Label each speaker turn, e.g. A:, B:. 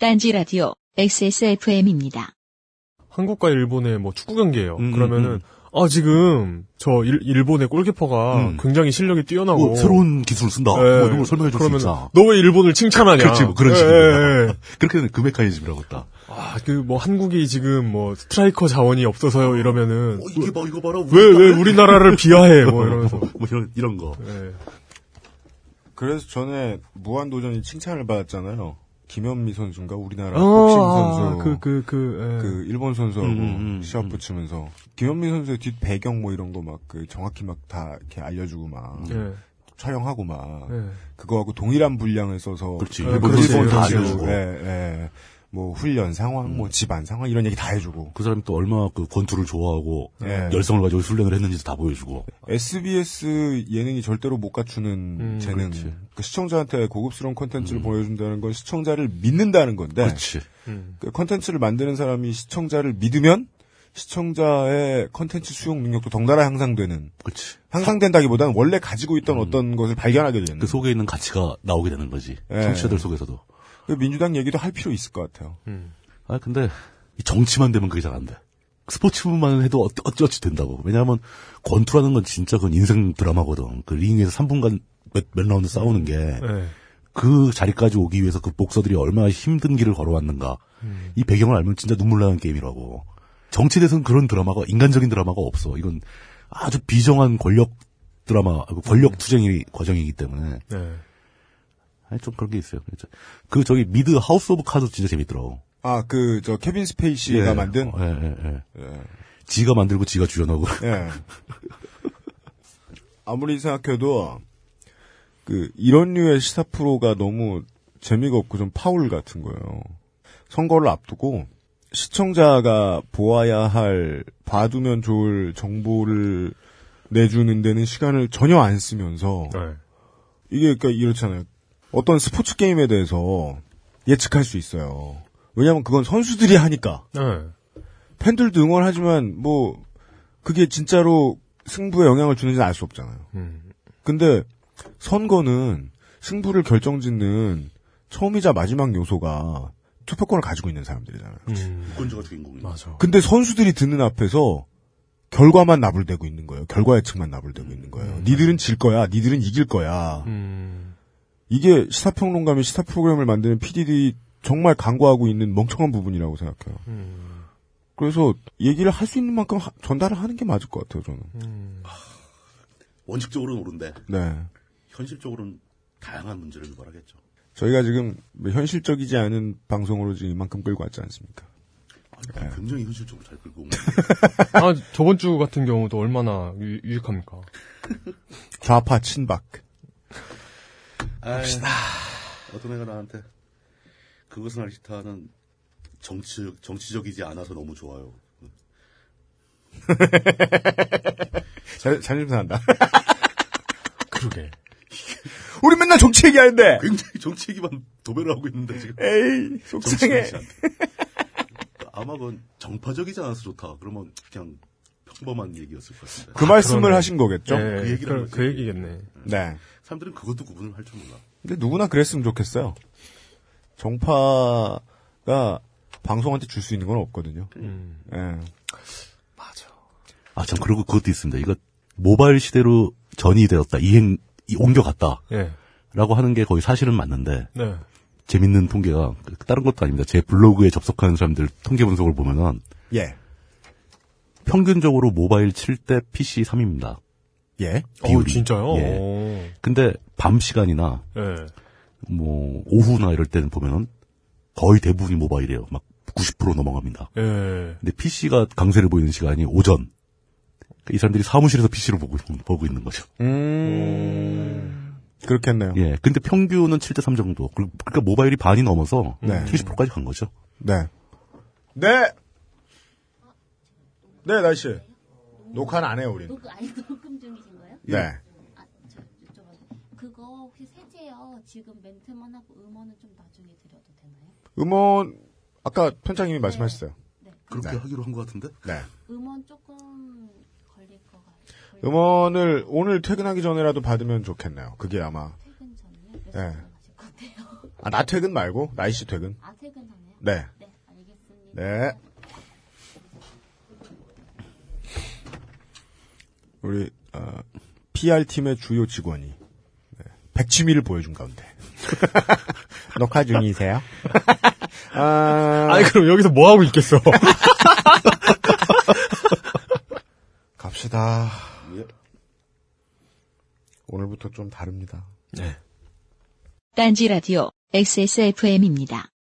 A: 딴지 라디오 XSFM입니다.
B: 한국과 일본의 뭐 축구 경기예요.
C: 음,
B: 그러면은 아 지금 저 일, 본의 골키퍼가
C: 음.
B: 굉장히 실력이 뛰어나고
C: 뭐 새로운 기술을 쓴다.
B: 예.
C: 뭐 이런 걸 설명해 줄 수
B: 그러면
C: 있다.
B: 너왜 일본을 칭찬하냐?
C: 그렇지, 뭐 그런
B: 예,
C: 식으로.
B: 예, 예.
C: 그렇게 되면 그 메커니즘이라고 했다.
B: 아, 그 뭐 한국이 지금 뭐 스트라이커 자원이 없어서요 뭐 이러면은
C: 어, 이게 봐, 이거 봐라.
B: 왜 왜 우리나라를 비하해? 뭐 이러면서.
C: 뭐 이런, 이런 거.
B: 예.
D: 그래서 전에 무한도전이 칭찬을 받았잖아요. 김현미 선수인가 우리나라 복싱
B: 어,
D: 선수
B: 그, 그, 그, 예.
D: 그 일본 선수하고
C: 아, 음, 음,
D: 시합
C: 음.
D: 붙이면서 김현민 선수의 뒷 배경 뭐 이런 거 막 그 정확히 막 다 이렇게 알려주고 막
C: 네. 그,
B: 예,
D: 촬영하고 막
B: 예.
D: 그거하고 동일한 분량을 써서
C: 그렇지.
B: 어,
C: 일본
B: 그렇지,
C: 선수들 다
B: 그렇지.
C: 알려주고. 음.
D: 예, 예. 뭐 훈련 상황, 뭐 집안 상황 이런 얘기 다 해주고
C: 그 사람이 또 얼마나 그 권투를 좋아하고
B: 네.
D: 예.
C: 열성을 가지고 훈련을 했는지도 다 보여주고.
D: SBS 예능이 절대로 못 갖추는
B: 음,
D: 재능.
C: 그렇지. 음.
D: 그 시청자한테 고급스러운 콘텐츠를 보여준다는 건 시청자를 믿는다는 건데
C: 그렇지.
B: 음.
D: 그 컨텐츠를 만드는 사람이 시청자를 믿으면 시청자의 컨텐츠 수용 능력도 덩달아 향상되는
C: 그렇지.
D: 향상된다기보다는 원래 가지고 있던 어떤 것을 발견하게 되는
C: 음. 그 속에 있는 가치가 나오게 되는 거지.
B: 네.
D: 예.
C: 청취자들 속에서도.
D: 그 민주당 얘기도 할 필요 있을 것 같아요.
C: 아 근데 이 정치만 되면 그게 잘 안 돼. 스포츠만 해도 어찌- 어찌어찌 된다고. 왜냐하면 권투라는 건 진짜 그 인생 드라마거든. 그 링에서 3분간 몇, 몇 라운드 싸우는
B: 예.
C: 게 그 자리까지 오기 위해서 그 복서들이 얼마나 힘든 길을 걸어왔는가. 이 배경을 알면 진짜 눈물 나는 게임이라고. 정치에 대해서는 그런 드라마가 인간적인 드라마가 없어. 이건 아주 비정한 권력 드라마, 아, 그 권력 투쟁의 과정이기 때문에
B: 네.
C: 아니, 좀 그런 게 있어요. 그렇죠. 그 저기 미드 하우스 오브 카드 진짜 재밌더라고.
D: 아, 그, 저, 케빈 스페이시가
C: 예.
D: 만든?
C: 어, 예, 예, 예.
D: 예.
C: 지가 만들고 지가 주연하고.
D: 예. 아무리 생각해도, 그, 이런 류의 시사 프로가 너무 재미가 없고 좀 파울 같은 거예요. 선거를 앞두고, 시청자가 보아야 할, 봐두면 좋을 정보를 내주는 데는 시간을 전혀 안 쓰면서,
C: 예.
B: 네.
D: 이게 그러니까 이렇잖아요. 어떤 스포츠 게임에 대해서 예측할 수 있어요. 왜냐하면 그건 선수들이 하니까
B: 네.
D: 팬들도 응원하지만 뭐 그게 진짜로 승부에 영향을 주는지는 알 수 없잖아요.
B: 음.
D: 근데 선거는 승부를 결정짓는 처음이자 마지막 요소가 투표권을 가지고 있는 사람들이잖아요.
B: 음.
C: 권주가 주인공이.
B: 맞아.
D: 근데 선수들이 듣는 앞에서 결과만 나불대고 있는 거예요. 결과 예측만 나불대고 있는 거예요. 니들은 질 거야. 니들은 이길 거야.
B: 음.
D: 이게 시사평론가면 시사 프로그램을 만드는 PD들이 정말 강구하고 있는 멍청한 부분이라고 생각해요.
B: 음.
D: 그래서 얘기를 할 수 있는 만큼 하- 전달을 하는 게 맞을 것 같아요, 저는.
B: 음.
C: 원칙적으로는 옳은데
D: 네.
C: 현실적으로는 다양한 문제를 유발하겠죠.
D: 저희가 지금 뭐 현실적이지 않은 방송으로 지금 이만큼 끌고 왔지 않습니까?
C: 아, 굉장히 현실적으로 잘 끌고 온
B: 아, 저번 주 같은 경우도 얼마나 유, 유익합니까?
D: 좌파 친박.
C: 갑시다. 어떤 애가 나한테 그것은 알기 싫다는 정치 정치적이지 않아서 너무 좋아요.
D: 자, 자존심 상한다.
B: 그러게.
D: 우리 맨날 정치 얘기하는데!
C: 굉장히 정치 얘기만 도배를 하고 있는데 지금
D: 에이, 속상해.
C: 정치적이지 않다. 아마 그건 정파적이지 않아서 좋다. 그러면 그냥 평범한 얘기였을 것 같은데.
D: 그 말씀을
B: 그러네.
D: 하신 거겠죠?
B: 예,
C: 그 얘기를
B: 그,
C: 하지.
B: 그 얘기겠네.
D: 네.
C: 사람들은 그것도 구분을 할 줄 몰라.
D: 근데 누구나 그랬으면 좋겠어요. 정파가 방송한테 줄 수 있는 건 없거든요.
B: 음.
D: 예.
C: 아, 참, 그리고 그것도 있습니다. 이거, 모바일 시대로 전이 되었다. 이행, 이- 옮겨갔다.
B: 예.
C: 라고 하는 게 거의 사실은 맞는데,
B: 네.
C: 재밌는 통계가, 그- 다른 것도 아닙니다. 제 블로그에 접속하는 사람들 통계 분석을 보면은,
D: 예.
C: 평균적으로 모바일 칠 때 PC 3입니다.
D: 예.
B: 어, 진짜요?
C: 예.
B: 오.
C: 근데, 밤 시간이나,
B: 예.
C: 뭐, 오후나 이럴 때는 보면은, 거의 대부분이 모바일이에요. 막, 90% 넘어갑니다.
B: 예.
C: 근데 PC가 강세를 보이는 시간이 오전. 그러니까 이 사람들이 사무실에서 PC를 보고, 있- 보고 있는 거죠.
D: 음. 그렇겠네요.
C: 예. 근데 평균은 7대3 정도. 그리고- 그러니까 모바일이 반이 넘어서
D: 네.
C: 70%까지 간 거죠.
D: 네. 네! 네, 날씨. 녹화는 안 해요, 우린.
E: 녹음 그 아니 녹음 중이신 거예요?
D: 네.
E: 아, 저 여쭤봐도 그거 혹시 세제요? 지금 멘트만 하고 음원은 좀 나중에 드려도 되나요?
D: 음원, 아까 편장님이 말씀하셨어요.
E: 네.
C: 그렇게
D: 네.
C: 하기로 한 것 같은데?
D: 네.
E: 음원 조금 걸릴 것 같아요. 그 걸릴
D: 음원을 오늘 퇴근하기 전에라도 받으면 좋겠네요. 그게 아마.
E: 퇴근 전이요?
D: 네.
E: 네. 가실 건데요.
D: 아, 나 퇴근 말고, 날씨 퇴근.
E: 아 퇴근하네요.
D: 네.
E: 네, 알겠습니다.
D: 네. 우리 어, PR 팀의 주요 직원이 네, 백치미를 보여준 가운데 녹화 중이세요? 아,
B: 아니 그럼 여기서 뭐 하고 있겠어?
D: 갑시다. 오늘부터 좀 다릅니다.
A: 딴지 라디오 XSFM입니다.